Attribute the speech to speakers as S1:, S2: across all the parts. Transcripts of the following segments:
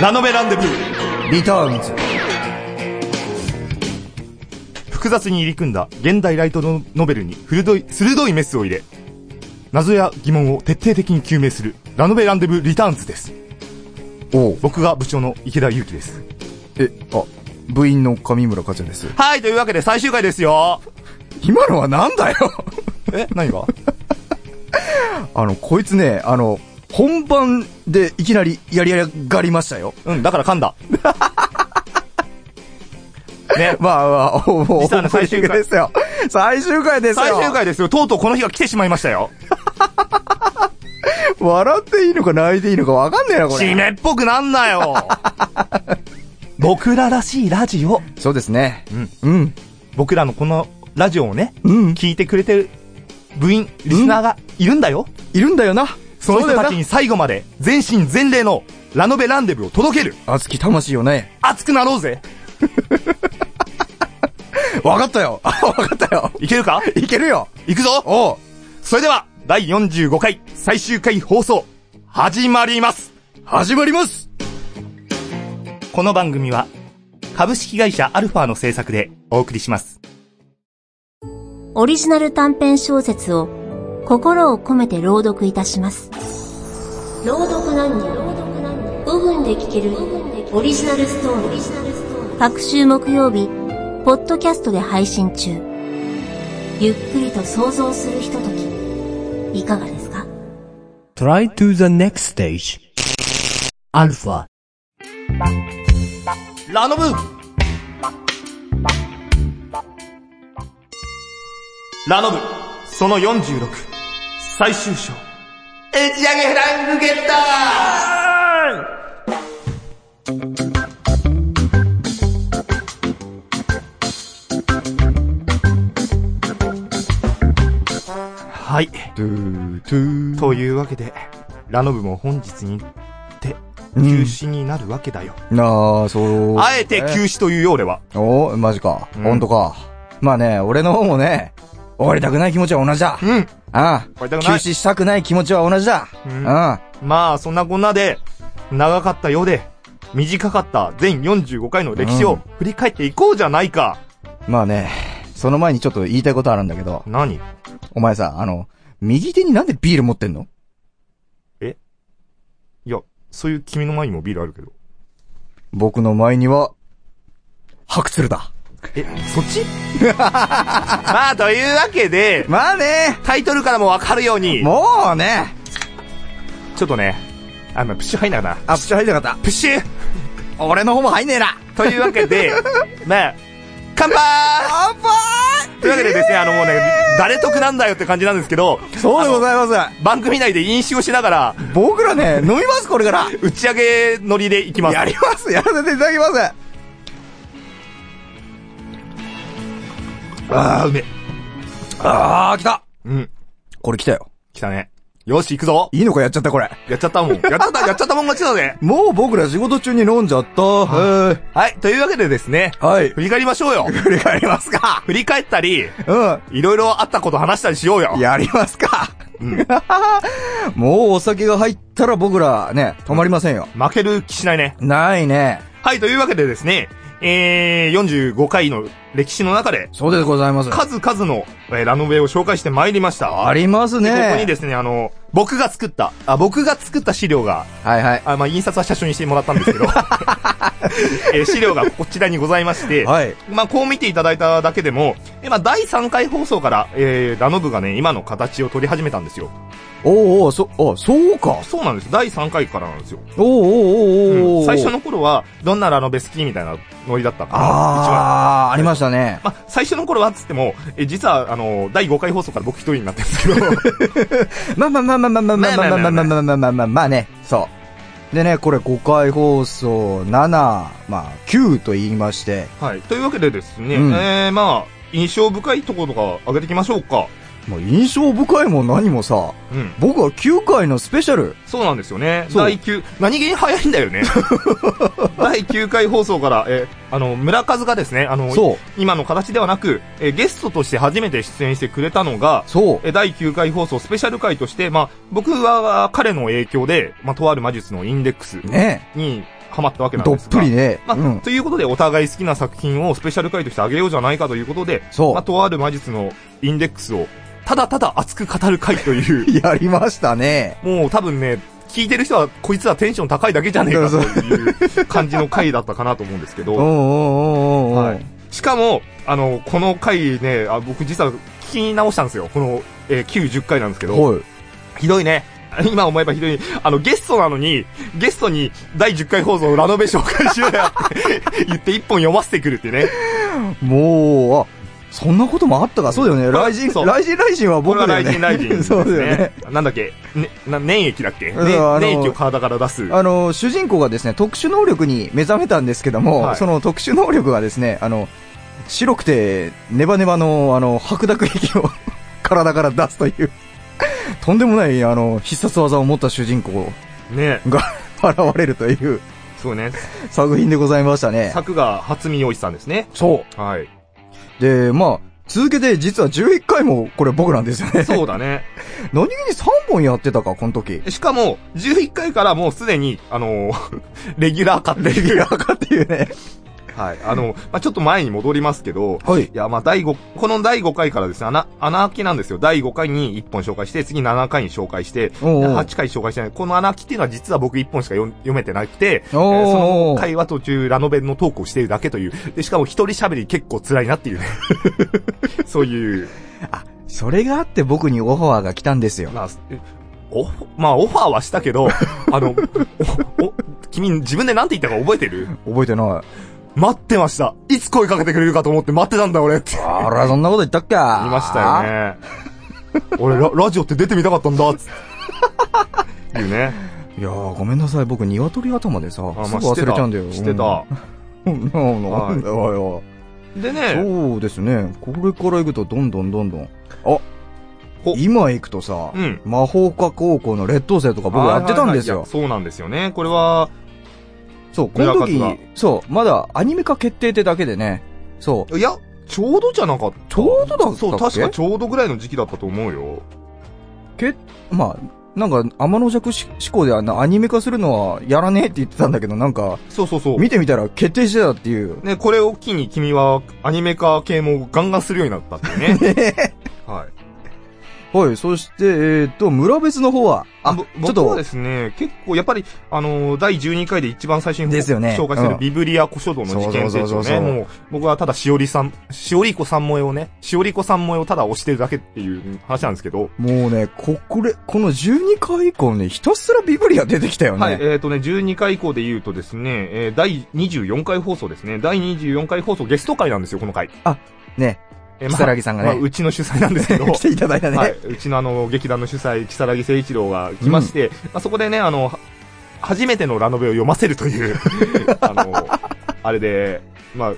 S1: ナノベランデブー
S2: リターンズ
S1: 複雑に入り組んだ現代ライトノベルに鋭い鋭いメスを入れ謎や疑問を徹底的に究明するラノベランデブーリターンズです
S2: おう
S1: 僕が部長の池田裕樹です
S2: えあ部員の上村課長です
S1: はいというわけで最終回ですよ
S2: 今のはなんだよ
S1: え何が
S2: あのこいつねあの本番でいきなりやりやがりましたよ
S1: うんだから噛んだね
S2: まあまあおお
S1: 実はね最終回
S2: ですよ最終回ですよ
S1: 最終回ですよとうとうこの日が来てしまいましたよ
S2: 笑っていいのか泣いていいのかわかんねえなこ
S1: 締
S2: れ
S1: めっぽくなんなよ 僕ららしいラジオ
S2: そうですね
S1: うん
S2: うん
S1: 僕らのこのラジオをね、
S2: うん
S1: 聞いてくれてる部員、リスナーがいるんだよ。
S2: いるんだよな
S1: その
S2: うだ
S1: 人
S2: よ
S1: た
S2: な
S1: ちに最後まで全身全霊のラノベランデブーを届ける。
S2: 熱き魂よね
S1: 熱くなろうぜ。
S2: わかったよ あわかったよ
S1: いけ るか
S2: いけるよ
S1: いくぞ
S2: おう
S1: それでは、第45回最終回放送、始まります
S2: 始まります
S1: この番組は、株式会社アルファの制作でお送りします。
S3: オリジナル短編小説を心を込めて朗読いたします。朗読なんに5分で聞けるオリジナルストーリー。各週木曜日、ポッドキャストで配信中。ゆっくりと想像するひととき、いかがですか
S4: Try to the next stage. Alpha.
S1: ラノブラノブ、その46、最終章。エチ上げフライングゲッターはい。
S2: トゥートゥ
S1: というわけで、ラノブも本日にて、
S2: うん
S1: 休止になるわけだよ。
S2: なあそう
S1: あえて休止というようでは。
S2: おマジか。
S1: うん
S2: ほんとか。まあね、俺の方もね、終わりたくない気持ちは同じだ。
S1: うん。
S2: あ
S1: 終わりた
S2: あ。休
S1: くない
S2: 止したくない気持ちは同じだ。
S1: うん
S2: あ
S1: まあ、そんなこんなで、長かったようで、短かった全45回の歴史
S2: う
S1: を
S2: ん
S1: 振り返っていこうじゃないか。
S2: あ。まあね、その前にちょっと言いたいことあるんだけど、
S1: 何
S2: お前さ、あの、右手になんでビール持ってんの
S1: いや、そういう君の前にもビールあるけど。
S2: 僕の前には、白鶴だ。
S1: え、そっ ちまあ、というわけで、
S2: まあね、
S1: タイトルからもわかるように、
S2: もうね、
S1: ちょっとね、あ、まあ、プッシュ入んなかな。
S2: アップション入ってなかっ
S1: プッシュ
S2: た。俺の方も入んねえな。
S1: というわけで、 まあ、乾杯
S2: あば
S1: というわけでですね、あのもうね、誰得なんだよって感じなんですけど、
S2: そうでございます。
S1: 番組内で飲酒をしながら、
S2: 僕らね、飲みます、これ から。
S1: 打ち上げ乗りで行きます。
S2: やります、やらせていただきます。
S1: ああ、うめえ。
S2: あー、来た
S1: うん。
S2: これ来たよ。
S1: 来たね。よし、行くぞ。
S2: いいのかやっちゃったこれ。
S1: やっちゃったもん。やっちゃった、やっちゃったもん勝ちだぜ。
S2: もう僕ら仕事中に飲んじゃった。は
S1: はい、というわけでですね、
S2: い。はい。
S1: 振り返りましょうよ。
S2: 振り返りますか。
S1: 振り返ったり、
S2: う
S1: いろいろあったこと話したりしようよ
S2: ん。。やりますか。
S1: うん。
S2: もうお酒が入ったら僕らね、止まりませんよ。
S1: 負ける気しないね。
S2: ないね。
S1: はい、というわけでですね、えー、45回の歴史の中で、
S2: そうでございます。
S1: 数々の、えーラノベを紹介してまいりました。
S2: あります
S1: で
S2: ね。
S1: ここにですね、あの、僕が作った、あ、僕が作った資料が、
S2: はいはい。
S1: あ、まあ、印刷は社長にしてもらったん ですけど、えー資料がこちらにございまして、
S2: はい。
S1: まあ、こう見ていただいただけでも、えまあ、第3回放送から、えー、ラノブがね、今の形を取り始めたんですよ。
S2: おうおう、そ、あ、そうか。
S1: そうなんです。第3回からなんですよ。
S2: おうおうおうおうお
S1: う
S2: うん
S1: 最初。の頃は、どんなラノベ好きみたいなノリだったかな。一番。
S2: あー、ありましたね。
S1: まあ、最初の頃はっつっても、え、実は、あの、第5回放送から僕一人になってるんですけど、
S2: まあまあまあまあまあまあまあまあまあまあまあまあまあまあまあね、そう。でね、これ5回放送7、まあ9と言いまして、
S1: はい。というわけでですね、
S2: うん
S1: えー、まあ、印象深いところとか上げていきましょうか。
S2: まあ印象深いも何もさ、
S1: うん。
S2: 僕は9回のスペシャル。
S1: そうなんですよね。
S2: そう
S1: 第9、何気に早いんだよ ね。第9回放送から、えーあの、村数がですね、あの、
S2: そう、
S1: 今の形ではなく、えーゲストとして初めて出演してくれたのが、
S2: そう
S1: えー第9回放送スペシャル回として、まあ、僕はあー彼の影響で、まあ、とある魔術のインデックス。
S2: ね
S1: にハマったわけなん
S2: ど
S1: で
S2: っ
S1: すが
S2: ぷりね。
S1: まあ
S2: うん。
S1: ということで、お互い好きな作品をスペシャル回としてあげようじゃないかということで、
S2: そう
S1: まあ、とある魔術のインデックスを、ただただ熱く語る回という、
S2: やりましたね。
S1: もう多分ね、聞いてる人は、こいつはテンション高いだけじゃねえかと いう感じの回だったかなと思うんですけ
S2: うんう
S1: ど、
S2: んうんうんうん。
S1: はいしかも、あの、この回ね、あ僕実は聞き直したんですよ。この、えー、9、10回なんですけど、
S2: はい。
S1: ひどいね。 今思えばひどい。あの、ゲストなのに、ゲストに第10回放送のラノベ紹介しろやって 言って1本読ませてくるっていうね。
S2: もう、あ、そんなこともあったか。そうだよね。
S1: まあ
S2: 雷神、
S1: そう
S2: 雷神雷神は
S1: こ
S2: 僕
S1: れは
S2: だよ
S1: 雷神
S2: ね。
S1: 雷神、
S2: そうだよね。。
S1: なんだっけ、ね、な粘液だっけ、ね
S2: そうあの
S1: 粘液を体から出す。
S2: あの、主人公がですね、特殊能力に目覚めたんですけども、
S1: はい
S2: その特殊能力がですね、あの、白くて、ネバネバの、あの、白濁液を 体から出すという、とんでもない、あの、必殺技を 持った主人公
S1: ね
S2: が現れるという
S1: そうね。
S2: 作品でございましたね。
S1: 作が初見洋一さんです ね。
S2: そ
S1: はい。
S2: う。で、まあ、続けて実は11回もこれ僕なんですよ ね。
S1: そうだね。
S2: 何気に3本やってたか、この時。
S1: しかも、11回からもうすでに、あの ーレギュラー化って
S2: レギュラーかっていうね。
S1: はい。あの、まあ、ちょっと前に戻りますけど、
S2: はい
S1: いや、まあ、第5、この第5回からですね、穴、穴開きなんですよ。第5回に1本紹介して、次7回に紹介して、で
S2: おうおう
S1: 8回紹介してない。この穴開きっていうのは実は僕1本しか読読めてなくて、
S2: おうおう
S1: えーその回は途中ラノベのトークをしているだけという。で、しかも一人喋り結構辛いなっていうね。 そういう、
S2: それがあって僕にオファーが来たんですよ。
S1: まあ、えオフ、まあ、オファーはしたけど、あの、お、お、君自分で何て言ったか覚えてる
S2: 覚えてない。
S1: 待ってました。いつ声かけてくれるかと思って待ってたんだ俺って。
S2: あら、そんなこと言ったっけ
S1: 言いましたよ。ね。俺ラ、ラジオって出てみたかったんだ、つって。いうね。
S2: いやー、ごめんなさい。僕、鶏頭でさ、
S1: あ
S2: す
S1: ま
S2: ぐ
S1: あ
S2: 忘れちゃうんだよ。
S1: してた。
S2: うん。 うんなんだよ。
S1: してたでね、
S2: そうですね。これから行くと、どんどんどんどん。あ
S1: お
S2: 今行くとさ
S1: うん、
S2: 魔法科高校の劣等生とか僕やってた
S1: はい
S2: んです
S1: はいはいいや
S2: よ。
S1: そうなんですよね。これは、
S2: そう、この時
S1: 裏方が、
S2: そう、まだアニメ化決定ってだけでね。そう。
S1: いや、ちょうどじゃなかった。
S2: ちょうどだったっけ
S1: そう、確かちょうどぐらいの時期だったと思うよ。
S2: け、まあ、なんか、天の弱し思考であんなアニメ化するのはやらねえって言ってたんだけど、なんか、
S1: そうそうそう。
S2: 見てみたら決定してたっていう。
S1: ね、これを機に君はアニメ化系もガンガンするようになったっていう ね。はい。
S2: はい、そして、えーっと、村別の方は、あ、ち
S1: ぼ
S2: ょっ
S1: 僕は
S2: と
S1: で、すね、結構、やっぱり、あのー第12回で一番最初に
S2: ですよね
S1: 紹介して
S2: う
S1: る
S2: ん
S1: ビブリア古書道の事件
S2: そう
S1: で
S2: そうそう
S1: す
S2: そう
S1: ね。もう、僕はただしおりさん、しおりこさん萌えをね、しおりこさん萌えをただ押してるだけっていう話なんですけど、
S2: もうね、こ、これ、この12回以降ね、ひたすらビブリア出てきたよね。
S1: はい、えっ、とね、12回以降で言うとですね、えー第24回放送ですね。第24回放送ゲスト会なんですよ、この回。
S2: ね、
S1: え
S2: 如月さんがね
S1: まあ、うちの主催なんですけど。
S2: 来ていただいたね。
S1: はいうちのあの劇団の主催、木更木誠一郎が来まして、まあ、そこでね、あのは初めてのラノベを読ませると いう、あのあれで、まあ、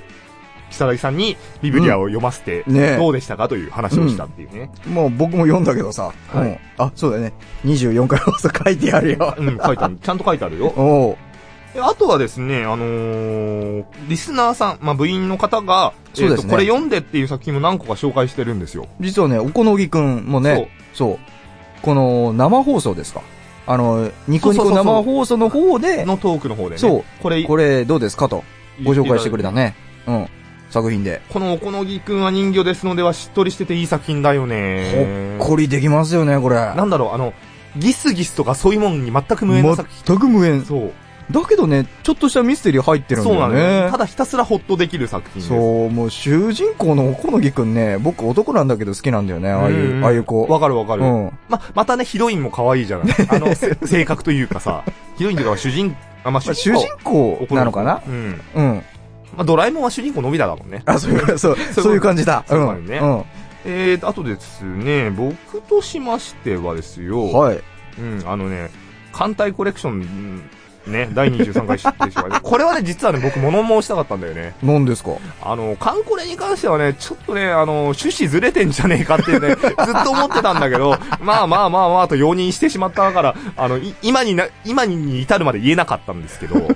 S1: 木更木さんにビブリアを読ませて、
S2: うんねえ
S1: どうでしたかという話をしたっていうね、
S2: もう僕も読んだけどさ、
S1: はい
S2: うんあ、そうだよね。24回放送書いてやるよ。
S1: うん、書いてあるちゃん と書いてあるよ。
S2: おう
S1: であとはですね、あのーリスナーさん、まあ、部員の方が、
S2: そうです
S1: え
S2: ね
S1: ーとこれ読んでっていう作品も何個か紹介してるんですよ。
S2: 実はね、おこのぎくんもね、そうこの、生放送ですか。あの、ニコニ
S1: そう
S2: コ
S1: そうそうそう
S2: 生放送の方で、
S1: のトークの方でね、
S2: そう
S1: これ、
S2: これどうですかと、ご紹介してくれたね。うん。作品で。
S1: このおこのぎくんは人魚ですのではしっとりしてていい作品だよね。
S2: ほっこりできますよね、これ。
S1: なんだろう、あの、ギスギスとかそういうもんに全く無縁な作品。
S2: 全く無縁。
S1: そう。
S2: だけどね、ちょっとしたミステリー入ってるんだ
S1: そうな
S2: よ
S1: んだ
S2: ね
S1: よ。た。だひたすらほっとできる作品です。
S2: そう、もう主人公のおこのぎくんね、僕男なんだけど好きなんだよね、ああい
S1: ん
S2: う、
S1: ん
S2: ああいう子。
S1: わかるわかる。
S2: うん。
S1: ま、またね、ヒロインも可愛いじゃない。 あの、せ性格というかさ、ヒロインというか主人、あ、まあ、
S2: まあ
S1: 主
S2: 主
S1: 人
S2: 人
S1: 公。
S2: 公なのかな
S1: うん。
S2: うん。
S1: まあ、ドラえもんは主人公のび太だもんね。
S2: あ、そういう、そう、そういう感じだ。う
S1: そうだ
S2: ん。
S1: よね
S2: う
S1: えーと、あとですね、僕としましてはですよ。
S2: ん。はい。
S1: うん、あのね、艦隊コレクション、うんね、第23回知ってしま う。これはね、実はね、僕物申したかったんだよね。
S2: 何ですか
S1: あの、艦コレに関してはね、ちょっとね、あの、趣旨ずれてんじゃねえかってね、ず っと思ってたんだけど、まあまあまあまあと容認してしまったから、あの、い今にな、今に至るまで言えなかったんですけ ど、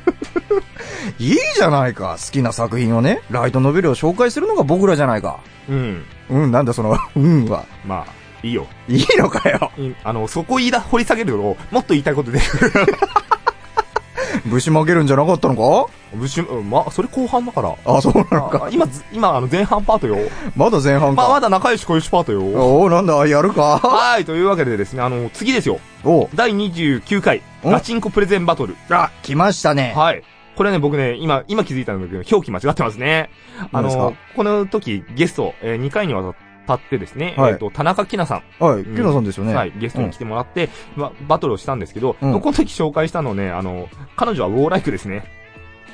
S2: いいじゃないか。好きな作品をね、ライトノベルを紹介するのが僕らじゃないか。
S1: うん、
S2: うん、なんだその、 うんは。
S1: まあ、いいよ。
S2: いいのかよ。
S1: いあの、そこ言いだ、掘り下げると、もっと言いたいことで、
S2: 武士負けるんじゃなかったの
S1: 武士、うん、ま、それ後半だから。
S2: かあ、そうなの
S1: あ
S2: か。
S1: 今、ず今、あの、前半パートよ。
S2: まだ前半
S1: まあ、ま
S2: か。
S1: だ仲良し小良しパートよ。
S2: おおなんだ、やる か。
S1: はい、というわけでですね、あの、次ですよ。
S2: おう
S1: 第29回、
S2: お
S1: ガチンコプレゼンバトル。
S2: あ、来ましたね。
S1: はい。これね、僕ね、今、今気づいたんだけど、表記間違ってますね。あ
S2: 何ですか
S1: の、この時、ゲスト、え2回にわたってですね、
S2: はい
S1: えっと、田中きなさん、
S2: はい、キノさんですよね。
S1: はい、ゲストに来てもらって、まバトルをしたんですけど、
S2: うん
S1: この時紹介したのね、あの、彼女はウォーライクですね。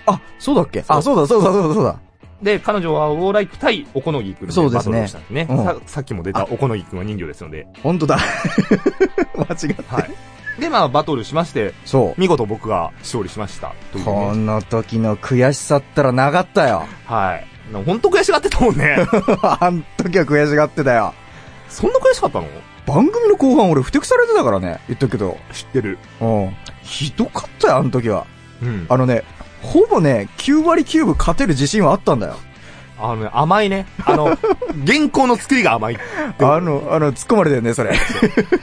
S2: あ、そうだっけあ、そうだ、そうだ、そうだ、そうだ。
S1: で、彼女はウォーライク対おこのぎくん
S2: そうです
S1: バト
S2: ね
S1: ルをしたんですね。
S2: うん
S1: ささっきも出たおこのぎくんは人魚ですので。
S2: ほんとだ。 間違った。
S1: はい。で、まあ、バトルしまして、
S2: そう。
S1: 見事僕が勝利しました。という
S2: こ
S1: ね。
S2: の時の悔しさったらなかったよ。
S1: はい。本当悔しがってたもんね。
S2: あん時は悔しがってたよ。
S1: そんな悔しかったの
S2: 番組の後半俺不適されてたからね。言っとくけど。
S1: 知ってる。
S2: うん。ひどかったよ、あの時は。
S1: うん。
S2: あのね、ほぼね、9割9分勝てる自信はあったんだよ。
S1: あのね、甘いね。あ の、原稿の作りが甘い。
S2: あの、あの、突っ込まれたよね、それ。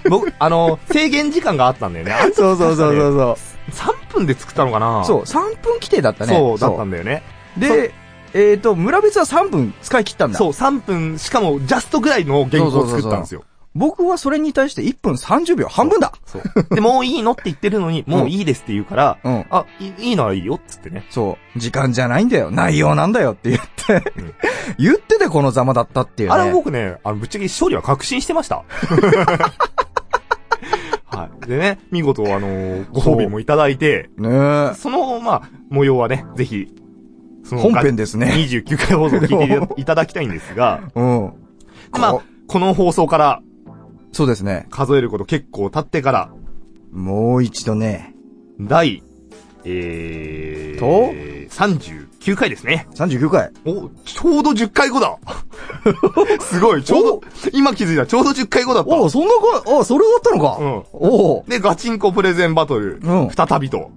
S1: 僕、あの、制限時間があったんだよね。あ
S2: そうそうそうそうそう。
S1: 3分で作ったのかな
S2: そう、3分規定だったね。
S1: そう、だったんだよね。
S2: で、えっ、と、村別は3分使い切ったんだ。
S1: そう、3分、しかも、ジャストぐらいの原稿を作ったんですよ。
S2: 僕はそれに対して1分30秒、半分だ
S1: そう。で、もういいのって言ってるのに、もういいですって言うから、
S2: うん。
S1: あ、いいいならいいよ、っつってね。
S2: そう。時間じゃないんだよ。内容なんだよって言って
S1: うん。
S2: 言っててこのざまだったっていうね。
S1: あれは僕ね、あの、ぶっちゃけ勝利は確信してま した。はい。でね、見事、あのーご褒美もいただいて、
S2: ね
S1: その、まあ、模様はね、ぜひ、そ
S2: え。
S1: の
S2: 本編ですね。
S1: 29回放送聞いていただきたいんですが、
S2: うん。
S1: まあ
S2: こ、
S1: この放送から
S2: そうですね。
S1: 数えること結構経ってから、
S2: もう一度ね。
S1: 第、えー、
S2: と
S1: 39回ですね。
S2: 39回。
S1: お、ちょうど10回後だ すごい、ちょうど、今気づいた、ちょうど10回後だっ
S2: お
S1: た。
S2: うそんなか、あ、それだったのか。
S1: うん
S2: おう
S1: で、ガチンコプレゼンバトル、
S2: うん
S1: 再びと。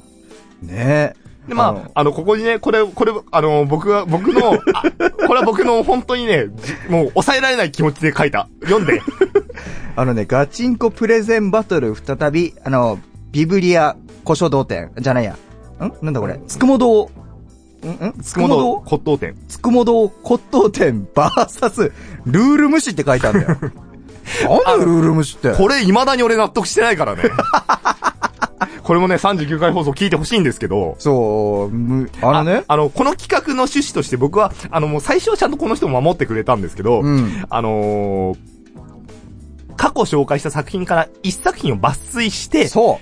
S2: ねえ。
S1: で、まあ、あの、ここにね、これ、これ、あの、僕は、僕 の、あこれは僕の本当にね、じもう抑えられない気持ちで書いた。読んで。
S2: あの、あのね、ガチンコプレゼンバトル再び、あの、ビブリア古書道店、じゃないや。んなんだこれ。つくも堂。んんつ
S1: つくもの骨董店。
S2: つくも堂骨董店バーサスルール無視って書いてある んだよ。なんでルール無視って。
S1: これ未だに俺納得してない からね。これもね、39回放送聞いてほしいんですけど。
S2: そう、む、あのね。
S1: あの、この企画の趣旨として僕は、あの、もう最初はちゃんとこの人も守ってくれたんですけど、
S2: うん。
S1: あのー過去紹介した作品から一作品を抜粋して、そ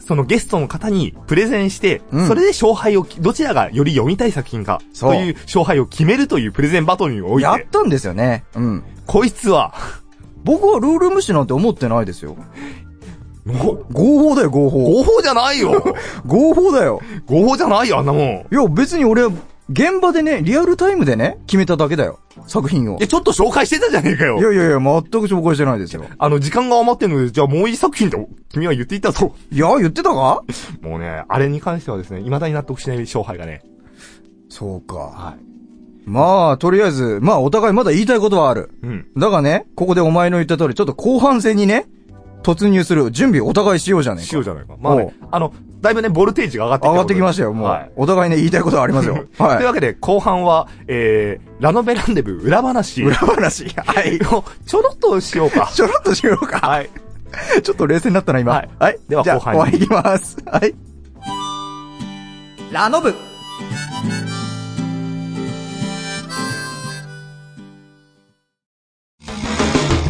S2: そ
S1: のゲストの方にプレゼンして、
S2: うん
S1: それで勝敗を、どちらがより読みたい作品か、
S2: そう
S1: という勝敗を決めるというプレゼンバトルにお
S2: う。
S1: い、
S2: やってたんですよね。うん。
S1: こいつは、
S2: 僕はルール無視なんて思ってないですよ。
S1: もう
S2: 合法だよ、合法。
S1: 合法じゃないよ
S2: 合法だよ。
S1: 合法じゃないよ、あんなもん。
S2: いや、別に俺は、現場でね、リアルタイムでね、決めただけだよ。作品を。
S1: え、ちょっと紹介してたじゃねえかよ
S2: い。やいやいや、全く紹介してないですよ。
S1: あの、時間が余ってるので、じゃあもういい作品と、君は言っていたぞ。
S2: いや、言ってたか
S1: もうね、あれに関してはですね、未だに納得しない勝敗がね。
S2: そうか。
S1: は
S2: まあ、とりあえず、まあ、お互いまだ言いたいことはある。
S1: い。うん。
S2: だがね、ここでお前の言った通り、ちょっと後半戦にね、突入する準備お互いしようじゃねえ
S1: し
S2: か。
S1: ようじゃないか。まあね、あの、だいぶね、ボルテージが上がって
S2: 上がってきましたよ、もう。
S1: はい。
S2: お互いね、言いたいことはありま すよ。
S1: という
S2: は
S1: わけで、後半は、えー、ラノベランデブー裏話
S2: い。裏話。はい。
S1: を ちょろっとしようか。
S2: ちょろっとしようか。
S1: はい。
S2: ちょっと冷静になったな、今。
S1: はいでは
S2: じゃあ
S1: 後半に
S2: 後半いきます。はい。ラノブ。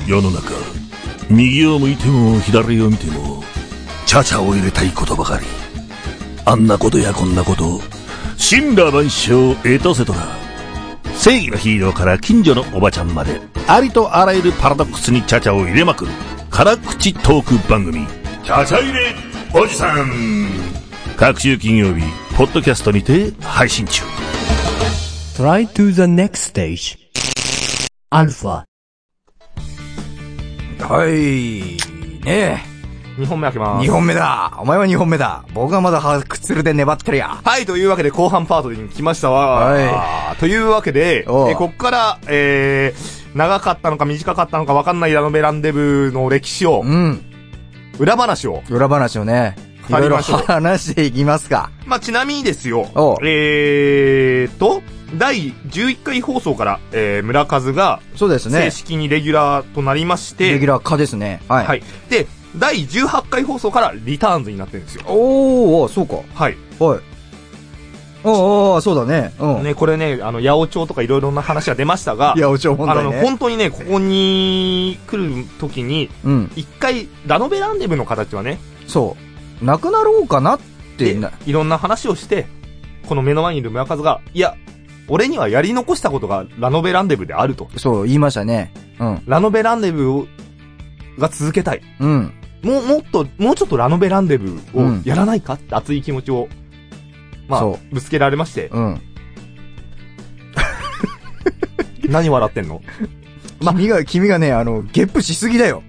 S5: 世の中右を向いても左を見てもチャチャを入れたいことばかりあんなことやこんなこと神羅万象エトセトラ正義のヒーローから近所のおばちゃんまでありとあらゆるパラドックスにチャチャを入れまくる辛口トーク番組チャチャ入れおじさん各週金曜日ポッドキャストにて配信中
S4: Try to the next stage. Alpha.
S2: はい。ね
S1: 2本目開けます。
S2: え。二本目だ。お前は二本目だ。僕はまだ発掘するで粘ってるや。
S1: はい、というわけで後半パートに来ましたわ。
S2: はい
S1: あーというわけで、え
S2: おう
S1: ーこっから、えー、長かったのか短かったのかわかんないラノベランデブーの歴史を
S2: う、ん。
S1: 裏話を、
S2: 裏話をね。いろいろ
S1: ましょう
S2: 話していきますか。
S1: まあ、ちなみにですよ
S2: おう、
S1: えーと、第11回放送から、えー、村数が
S2: そうです
S1: 正
S2: ね。
S1: 式にレギュラーとなりまして、
S2: レギュラー化ですね。はい。
S1: はい。で、第18回放送からリターンズになってるんですよ。
S2: おー、あそうか。
S1: はい。
S2: はい。ああ、そうだね。うん。
S1: ね、これね、あの、八百長とかいろいろな話が出ましたが
S2: い、や、おちょ問
S1: あ
S2: 題
S1: の、
S2: ね。
S1: 本当にね、ここに来るときに、
S2: うん。
S1: 一回、ラノベランデブの形はね、
S2: そう。なくなろうかなってな、
S1: いろんな話をして、この目の前にいる村数が、いや、俺にはやり残したことがラノベランデブであると。
S2: そう、言いましたね。うん。
S1: ラノベランデブを、が続けたい。
S2: うん。
S1: もう、もっと、もうちょっとラノベランデブ
S2: う
S1: を
S2: ん
S1: やらないかって熱い気持ちを、まあ
S2: そ、
S1: ぶつけられまして、
S2: うん。
S1: 何笑ってんのま
S2: 君が、君がね、あの、ゲップしすぎだよ。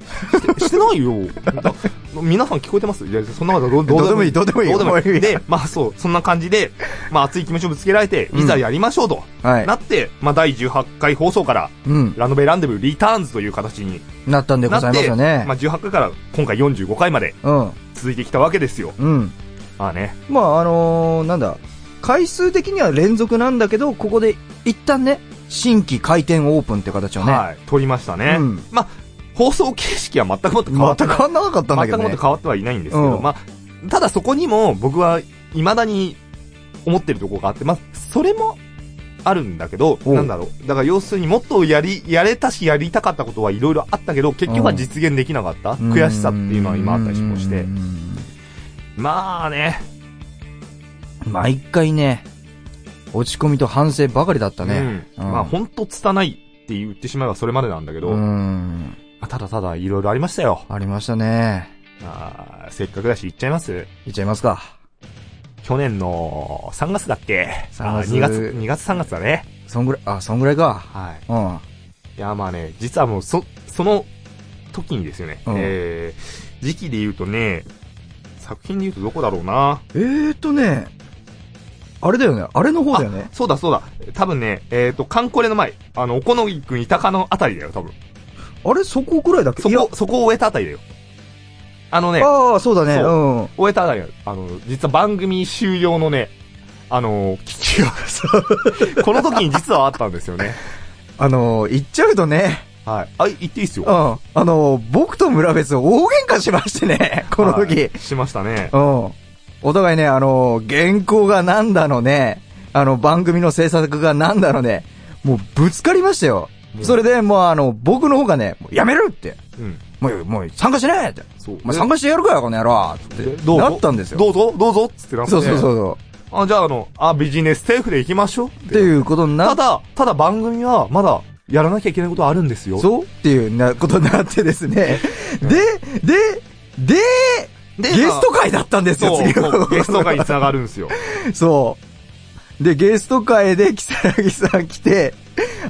S1: してないよ。 だ皆さん聞こえてますいや、そんなことどう
S2: ど
S1: どう
S2: うで
S1: で
S2: も
S1: も
S2: い
S1: い
S2: い、
S1: い。
S2: どうでもいい。
S1: どうでもい
S2: もう
S1: い。で、まあそう、そんな感じで、まあ熱い気持ちをぶつけられて、
S2: うん
S1: いざやりましょうと、
S2: はい。
S1: なって、まあ第18回放送から、
S2: うん。
S1: ラノベランデブリターンズという形に
S2: なったんでご
S1: な
S2: ざい
S1: っ
S2: ます
S1: て、
S2: よね
S1: ま。あ18回から今回45回まで
S2: うん。
S1: 続いてきたわけですよ。
S2: うん。
S1: まあね、
S2: まあ、あのー、なんだ。回数的には連続なんだけど、ここで一旦ね、新規回転オープンって形をね。
S1: はい、撮りましたね。
S2: うん
S1: まあ、放送形式は全くもっと変わ
S2: ま
S1: って
S2: た
S1: ない。
S2: 変わんなかったんだけ
S1: 全
S2: ど
S1: くもっ
S2: ね
S1: と。変わってはいないんですけど、
S2: うん
S1: まあ、ただそこにも僕は未だに思ってるところがあって、まあ、それもあるんだけど、
S2: おう
S1: なんだろう。だから要するにもっとやり、やれたしやりたかったことはいろいろあったけど、結局は実現できなかった、悔しさっていうのは今あったりもして
S2: う、ん
S1: まあね、
S2: 毎回ね、落ち込みと反省ばかりだったね。
S1: う、
S2: うんん
S1: まあ本当拙いって言ってしまえばそれまでなんだけど、
S2: うん。
S1: まあただただいろいろありましたよ。
S2: ありましたね。
S1: まあ、せっかくだし言っちゃいます
S2: いっちゃいますか。
S1: 去年の3月だっけ
S2: 3月
S1: あ2月、2月3月だね。
S2: そんぐらい、あ、そんぐらいか。
S1: はい。
S2: うん。
S1: いや、まあね、実はもう、そ、その時にですよね、
S2: うん
S1: えー、時期で言うとね、作品で言うとどこだろうな。
S2: えーとね、あれだよね。あれの方だよね。
S1: そうだそうだ。多分ね、えっ、ー、と、カンコレの前、あの、おこのぎくん、いたかのあたりだよ、多分。
S2: あれ、そこぐらいだっけ
S1: そこ、そこを終えたあたりだよ。あの
S2: い
S1: ね
S2: や、ああ、そうだね。
S1: そう
S2: うん。
S1: 終えたあたりだよ。あの、実は番組終了のね、あの、聞き が、この時に実はあったんですよね。
S2: あのー、言っちゃうとね、
S1: はい。あ、言っていいっす
S2: うん。
S1: よ。
S2: あのー、僕と村別大喧嘩しましてね、 この時。
S1: はいしましたね。
S2: うん。お互いね、あのー、原稿がなんだのね、あの、番組の制作がなんだのね、もうぶつかりましたよ。それで、もうあの、僕の方がね、もうやめるって。
S1: うん。
S2: もう、もう参加しないって。
S1: そう。
S2: お前参加してやるかよ、この野郎って
S1: で。どうぞ
S2: なったんですよ。
S1: どうぞ、どうぞっつってなって。
S2: そうそうそうそう。
S1: あ、じゃああの、あ、ビジネスセーフで行きましょう
S2: っ
S1: う。
S2: ていうことにな
S1: た
S2: っ
S1: だ、ただ番組はまだやらなきゃいけないことあるんですよ。
S2: そうっていうなことになってですね。で、で、で、
S1: で
S2: ゲスト会だったんですよ、
S1: そう
S2: 次
S1: そ
S2: の
S1: うゲスト会に繋がるんですよ。
S2: そう。で、ゲスト会で、木更木さん来て、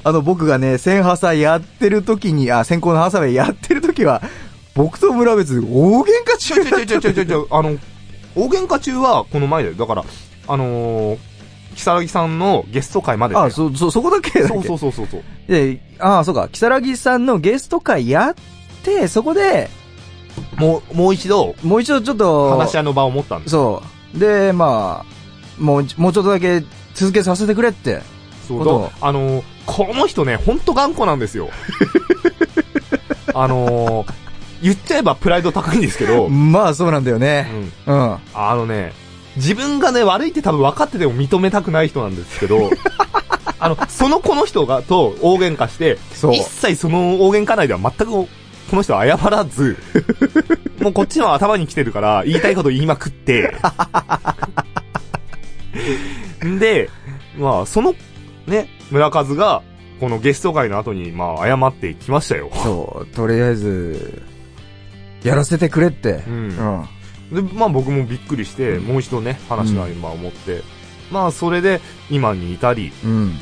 S2: あの、僕がね、千ハサやってる時に、あ、先行のハサウェイやってる時は、僕と村別、大喧嘩
S1: ちょ
S2: 中
S1: ちょちょちょちょちょ、あの、大喧嘩中はこの前だよ。だから、あのー、木更木さんのゲスト会までだよ
S2: あ、そ、そ、そこだけだっけ
S1: そうそうそうそうそう。
S2: で、ああ、そうか、木更木さんのゲスト会やって、そこで、
S1: もう、もう一度、
S2: もう一度ちょっと、
S1: 話し合いの場を持ったんです。
S2: そう。で、まあ、もう、もうちょっとだけ続けさせてくれって。
S1: そう
S2: こと
S1: だあのー、この人ね、ほんと頑固なんです よ。あのー、言っちゃえばプライド高いんですけど、
S2: まあ、 そうなんだよ
S1: う
S2: ね。
S1: ん
S2: うん。
S1: あのね、自分がね、悪いって多分分かってても認めたくない人なんですけど、あの、そのこの人が、と大喧嘩して、
S2: そう
S1: 一切その大喧嘩内では全くこの人は謝らず、もうこっちの頭に来てるから、言いたいこと言いまくって、んで、まあ、その、ね、村数が、このゲスト会の後に、まあ、謝ってきましたよ。
S2: そう、とりあえず、やらせてくれって。
S1: うん
S2: うん。
S1: で、まあ僕もびっくりして、もう一度ね、話の合間を持って、まあそれで今に至り、
S2: うん。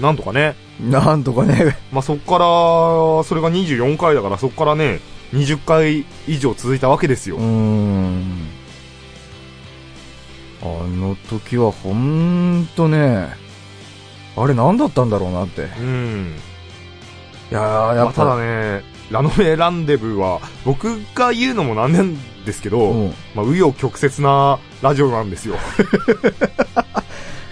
S1: なんとかね、
S2: なんとか ね、
S1: まあそっから、それが24回だからそっからね、20回以上続いたわけですよ。
S2: うーん。あの時はほんとね、あれ何だったんだろうなって。い
S1: うん。
S2: やー、
S1: ま
S2: や
S1: あ
S2: っ
S1: た
S2: ぱ、
S1: だね、ラノベランデブーは、僕が言うのもなんでですけど、
S2: うん
S1: まあ、紆余曲折なラジオなんですよ。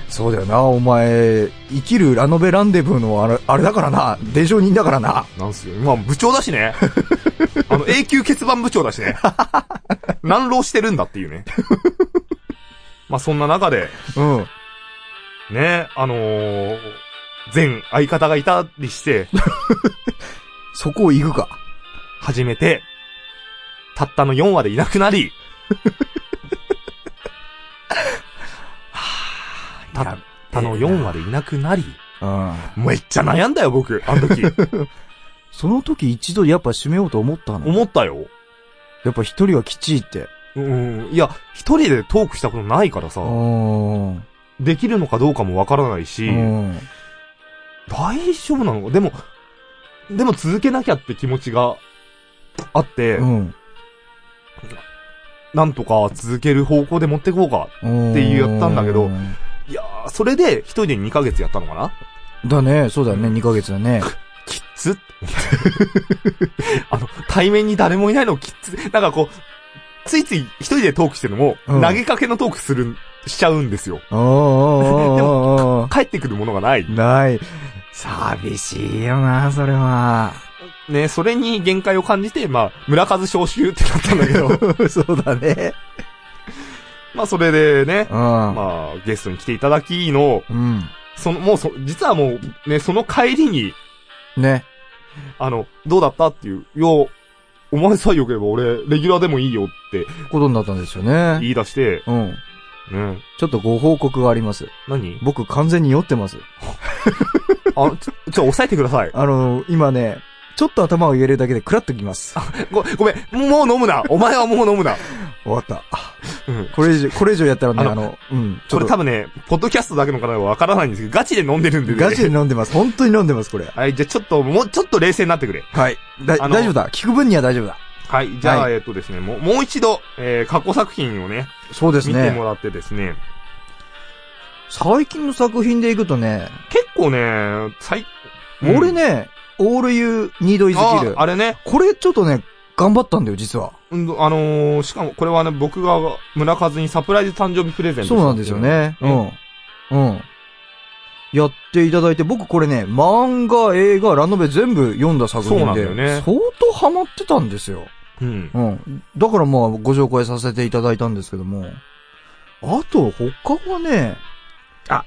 S2: そうだよな、お前、生きるラノベランデブーのあれあれだからな、伝承人だからな。
S1: なんすよ。まあ、部長だし ね。あの、永久欠番部長だしね。難労してるんだっていうね。まあ、そんな中で、
S2: うん。
S1: ね、あのー、前相方がいたり して、
S2: そこを行くか。
S1: 始めて、たったの4話でいなくな り、たったの4話でいなくなり、
S2: うん。
S1: めっちゃ悩んだよ、僕、あ の時。
S2: その時一度やっぱ締めようと思ったの。
S1: 思ったよ。
S2: やっぱ一人はきっちりって。
S1: うん、いや、一人でトークしたことないからさ
S2: う、ん。うん。
S1: できるのかどうかもわからないし、大丈夫なのかでも、でも続けなきゃって気持ちがあって、
S2: うん。
S1: なんとか続ける方向で持ってこうか。
S2: って
S1: いうやったんだけど。いやー、それで一人で2ヶ月やったのかな
S2: だね、そうだね、2ヶ月だね。
S1: きっつって あの、対面に誰もいないのきっつなんかこう、ついつい一人でトークしてるのも、
S2: うん
S1: 投げかけのトークする、しちゃうんですよ。
S2: おー おーおーお
S1: 帰ってくるものがない。
S2: ーない。寂しいよな、それは。
S1: ね、それに限界を感じて、まあ、村数招集ってなったんだけど、
S2: そうだね。
S1: まあそれでね
S2: う、ん。
S1: まあ、ゲストに来ていただきの、
S2: うん。
S1: その、もうそ、実はもう、ね、その帰りに、
S2: ね。
S1: あの、どうだったっていう、いや、お前さえ良ければ俺、レギュラーでもいいよって
S2: ことになったんですよね。
S1: 言い出して、
S2: うん。
S1: ね、
S2: ちょっとご報告があります。
S1: 何
S2: 僕完全に酔ってます。
S1: あ、ちょ、ちょ、抑えてください。
S2: あの、今ね、ちょっと頭を入れるだけでクラッときます。
S1: ご、ごめん、もう飲むな。お前はもう飲むな。
S2: 終わった。
S1: うん。
S2: これ以上、これ以上やったらね、
S1: あ
S2: あ
S1: の
S2: の、うん、ち
S1: こ
S2: ょっ
S1: れ
S2: と、
S1: 多分ね、ポッドキャストだけの方はわからないんですけど、ガチで飲んでるんで、ね。
S2: ガチで飲んでます。本当に飲んでます、これ。
S1: はい、じゃあちょっと、もう、ちょっと冷静になってくれ。
S2: はい。だ、
S1: あ
S2: 大
S1: の
S2: 丈夫だ。聞く分には大丈夫だ。
S1: はい、じゃあ、
S2: はい
S1: えっとですね、もう、もう一度、えー、過去作品をね、
S2: そうです
S1: 見て
S2: ね
S1: も。らってですね、
S2: 最近の作品でいくとね、
S1: 結構ね、最、
S2: 俺
S1: ね
S2: ね、オールユーニードイズキル
S1: あ。あれね、
S2: これちょっとね、頑張ったんだよ、実は。
S1: うんあのーしかもこれはね、僕が村数にサプライズ誕生日プレゼント
S2: そうなんですよ。ね。うん。うん。やっていただいて、僕これね、漫画、映画、ラノベ全部読んだ作
S1: そうな
S2: 品
S1: んだ
S2: で、
S1: よね
S2: 相当ハマってたんですよ。
S1: うん。
S2: うん。だからまあ、ご紹介させていただいたんですけども。あと、他はね、
S1: あ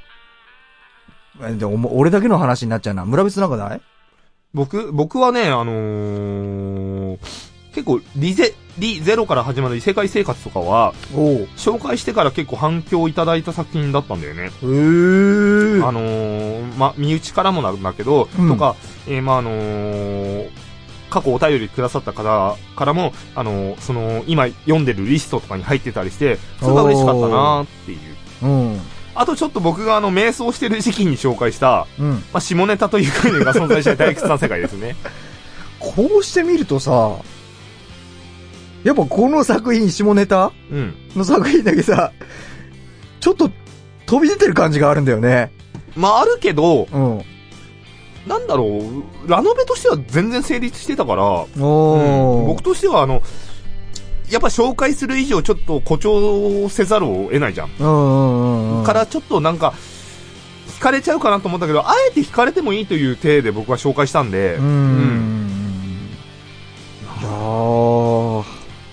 S2: えでおも俺だけの話になっちゃうな。村別なんかない
S1: 僕、僕はね、あのー結構、リゼ、リゼロから始まる異世界生活とかは、
S2: おう。
S1: 紹介してから結構反響いただいた作品だったんだよね。
S2: へー
S1: あのーま、身内からもなんだけど、
S2: うん
S1: とか、えーまあ、あのー過去お便りくださった方からも、あのーその、今読んでるリストとかに入ってたりして、それが嬉しかったなーっていう。
S2: うん。
S1: あとちょっと僕があの、瞑想してる時期に紹介した、
S2: うん。
S1: まあ、下ネタという概念が存在しない大屈な世界ですね。
S2: こうしてみるとさ、やっぱこの作品、下ネタ
S1: うん。
S2: の作品だけさ、ちょっと飛び出てる感じがあるんだよね。
S1: まあ、あるけど、
S2: うん。
S1: なんだろう、ラノベとしては全然成立してたから、うん
S2: お
S1: 僕としてはあの、やっぱ紹介する以上ちょっと誇張せざるを得ないじゃん。
S2: うんうんうんうん。
S1: からちょっとなんか、惹かれちゃうかなと思ったけど、あえて惹かれてもいいという体で僕は紹介したんで、
S2: うん。いやー。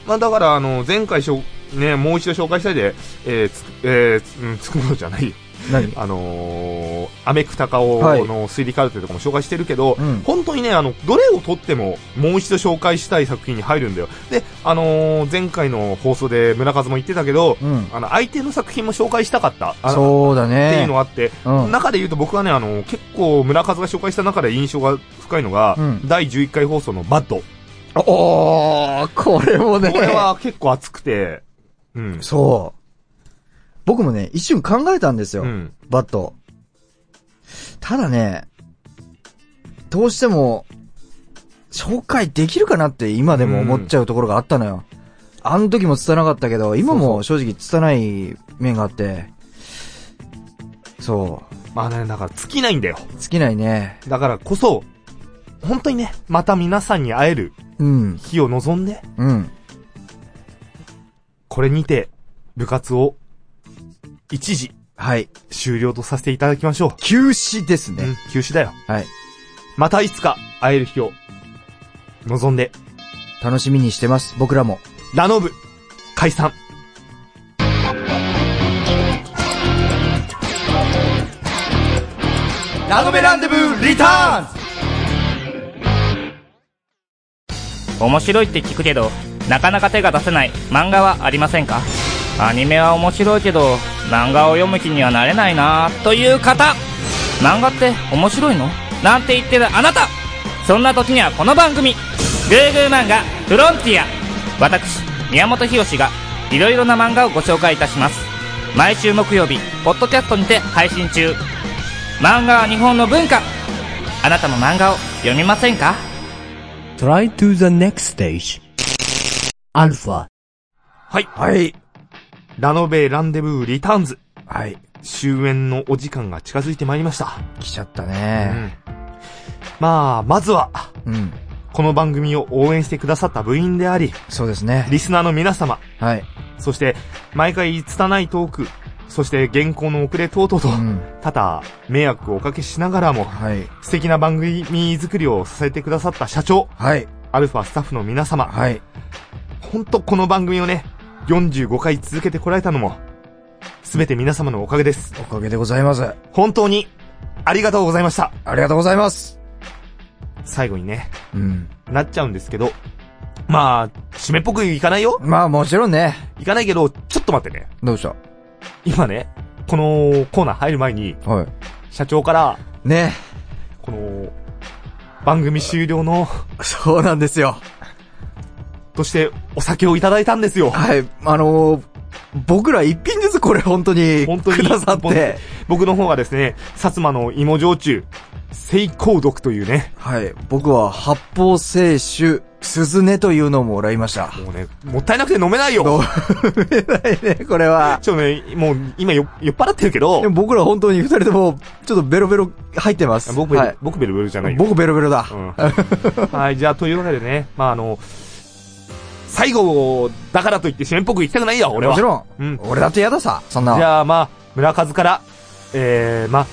S1: まあだからあの、前回しょ、ね、もう一度紹介したいで、えーつく、えーつ、うん、つくものじゃない。
S2: 何
S1: あのー、アメクタカオ
S2: はい
S1: の推理カルテとかも紹介してるけど、
S2: うん
S1: 本当にね、あの、どれを取ってももう一度紹介したい作品に入るんだよ。で、あのー前回の放送で村数も言ってたけど、
S2: うん。
S1: あの、相手の作品も紹介したかった。あの
S2: そうだね。
S1: っていうのがあって、
S2: うん
S1: 中で言うと僕はね、あの、結構村数が紹介した中で印象が深いのが、
S2: うん
S1: 第11回放送のバッド。こ
S2: おー、これもね。
S1: れは結構熱くて、うん。
S2: そう。僕もね、一瞬考えたんですよ。
S1: うん。
S2: バット。ただね、どうしても、紹介できるかなって今でも思っちゃうところがあったのよ。あの時も拙なかったけど、今も正直拙い面があって、そ
S1: まあね、だから尽きないんだよ。
S2: う、尽きないね。
S1: だからこそ、本当にね、また皆さんに会える
S2: うん、
S1: 日を望んで、
S2: うん、
S1: これにて、部活を、一時、
S2: はい。
S1: 終了とさせていただきましょ
S2: 休止です
S1: う。う
S2: ね
S1: ん。、休止だよ。
S2: はい。
S1: またいつか会える日を、望んで、
S2: 楽しみにしてます。僕らも。
S1: ラノブ、解散。
S2: ラノベランデブーリターン
S6: 面白いって聞くけどなかなか手が出せない漫画はありませんかアニメは面白いけど漫画を読む気にはなれないなという方漫画って面白いのなんて言ってるあなたそんな時にはこの番組「グーグー漫画フロンティア」私宮本浩がいろいろな漫画をご紹介いたします毎週木曜日ポッドキャストにて配信中漫画は日本の文化あなたも漫画を読みませんか
S4: Try to the next stage. Alpha.
S2: はい。
S1: ラノベランデブーリターンズ、
S2: はい。
S1: 終演のお時間が近づいてまいりました。
S2: 来ちゃった
S1: う
S2: ね。
S1: ん。まあ、まずは、
S2: うん。
S1: この番組を応援してくださった部員であり、
S2: そうですね。
S1: リスナーの皆様、
S2: はい。
S1: そして、毎回拙いトーク、そして原稿の遅れ等々と
S2: う、ん。
S1: 多々迷惑をおかけしながらも、
S2: はい。
S1: 素敵な番組作りをさせてくださった社長、
S2: はい。
S1: アルファスタッフの皆様、
S2: はい。
S1: ほんとこの番組をね、45回続けてこられたのも、すべて皆様のおかげです。
S2: おかげでございます。
S1: 本当に、ありがとうございました。
S2: ありがとうございます。
S1: 最後にね、
S2: うん。
S1: なっちゃうんですけど、まあ、締めっぽくいかないよ
S2: まあもちろんね。
S1: いかないけど、ちょっと待ってね。
S2: どうした
S1: 今ね、このコーナー入る前に、
S2: は
S1: 社長から、
S2: い。ね。
S1: この、番組終了の、
S2: そうなんですよ。
S1: としてお酒をいただいたんですよ。
S2: はい。あのー僕ら一品ずつこれ本当に
S1: 本当に
S2: くださっ
S1: 本当に
S2: て。
S1: 僕の方がですね、薩摩の芋焼酎、聖光毒というね、
S2: はい。僕は発泡清酒、鈴音というのをもらいました。
S1: もうね、もったいなくて飲めないよ
S2: 飲めないね、これは。
S1: ちょっとね、もう今よ酔っ払ってるけ
S2: で
S1: ど
S2: も、僕ら本当に二人とも、ちょっとベロベロ入ってます。
S1: 僕ベル、
S2: はい、
S1: 僕ベルベルじゃないよ。
S2: 僕ベロベロだ。
S1: うん、はい、じゃあというわけでね、まああの、最後だからといって締めっぽく行きたくないよ、俺は。
S2: もちろん。
S1: うん
S2: 俺だって嫌ださ、そんな。
S1: じゃあまあ、村数から、えー、まあ、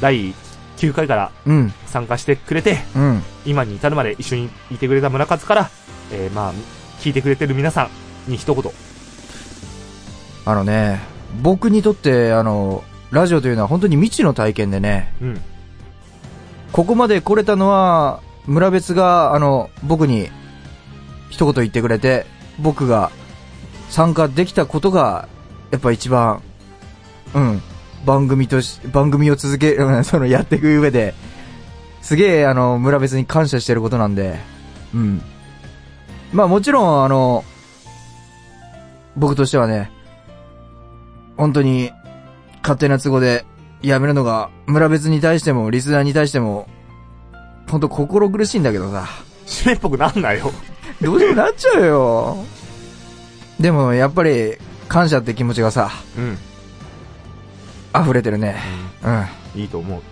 S1: 第9回から
S2: うん、
S1: 参加してくれて、
S2: うん。
S1: 今に至るまで一緒にいてくれた村数から、えー、まあ、聞いてくれてる皆さんに一言。
S2: あのね、僕にとって、あの、ラジオというのは本当に未知の体験でね、
S1: うん。
S2: ここまで来れたのは、村別が、あの、僕に、一言言ってくれて、僕が、参加できたことが、やっぱ一番、うん、番組とし、番組を続け、うん その、やっていく上で、すげえ、あの、村別に感謝してることなんで、うん。まあもちろん、あの、僕としてはね、本当に、勝手な都合で、やめるのが、村別に対しても、リスナーに対しても、ほんと心苦しいんだけどさ。
S1: 締めっぽくなんなよ。
S2: どうでもなっちゃうよ。でも、やっぱり、感謝って気持ちがさ、
S1: うん。
S2: 溢れてるね。うん。
S1: いいと思う。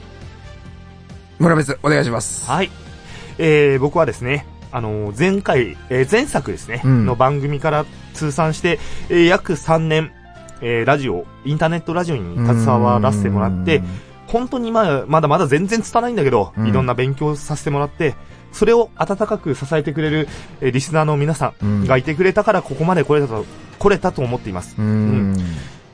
S2: 村別、お願いします。
S1: はい。えー、僕はですね、あのー前回、えー前作ですね、
S2: うん
S1: の番組から通算して、えー約3年、えーラジオ、インターネットラジオに携わらせてもらって、本当にまあ、まだまだ全然拙いんだけど、
S2: うん
S1: いろんな勉強させてもらって、それを温かく支えてくれる、えーリスナーの皆さんがいてくれたから、ここまで来れたと、来れたと思っています。
S2: うーん。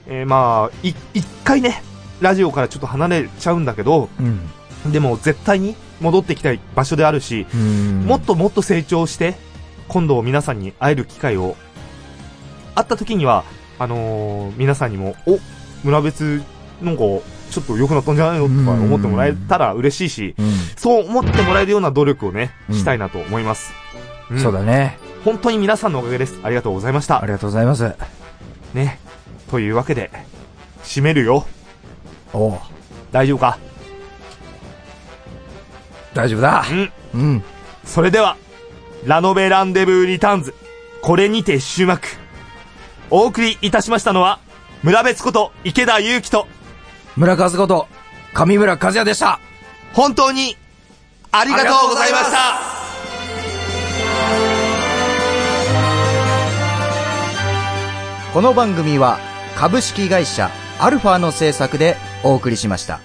S1: えーまあ、い一回ね、ラジオからちょっと離れちゃうんだけど、
S2: うん。
S1: でも絶対に戻ってきたい場所であるし、
S2: うん。
S1: もっともっと成長して、今度皆さんに会える機会を、会った時には、あのー皆さんにも、お、村別、なんか、ちょっと良くなったんじゃないのとか思ってもらえたら嬉しいし、
S2: う
S1: そう思ってもらえるような努力をね、
S2: うん
S1: したいなと思います。うん
S2: ん。そう。だね。
S1: 本当に皆さんのおかげです。ありがとうございまし
S2: あ
S1: た。
S2: りがとうございます。
S1: ね。というわけで、締めるよ。
S2: おう
S1: 大丈夫か
S2: 大丈夫だ。
S1: うん。
S2: うん。
S1: それでは、ラノベランデブーリターンズ、これにて終幕。お送りいたしましたのは、村別こと池田祐希と、
S2: 村和子と、上村和也でした。
S1: 本当に、ありがとうございました
S2: この番組は株式会社アルファの制作でお送りしました。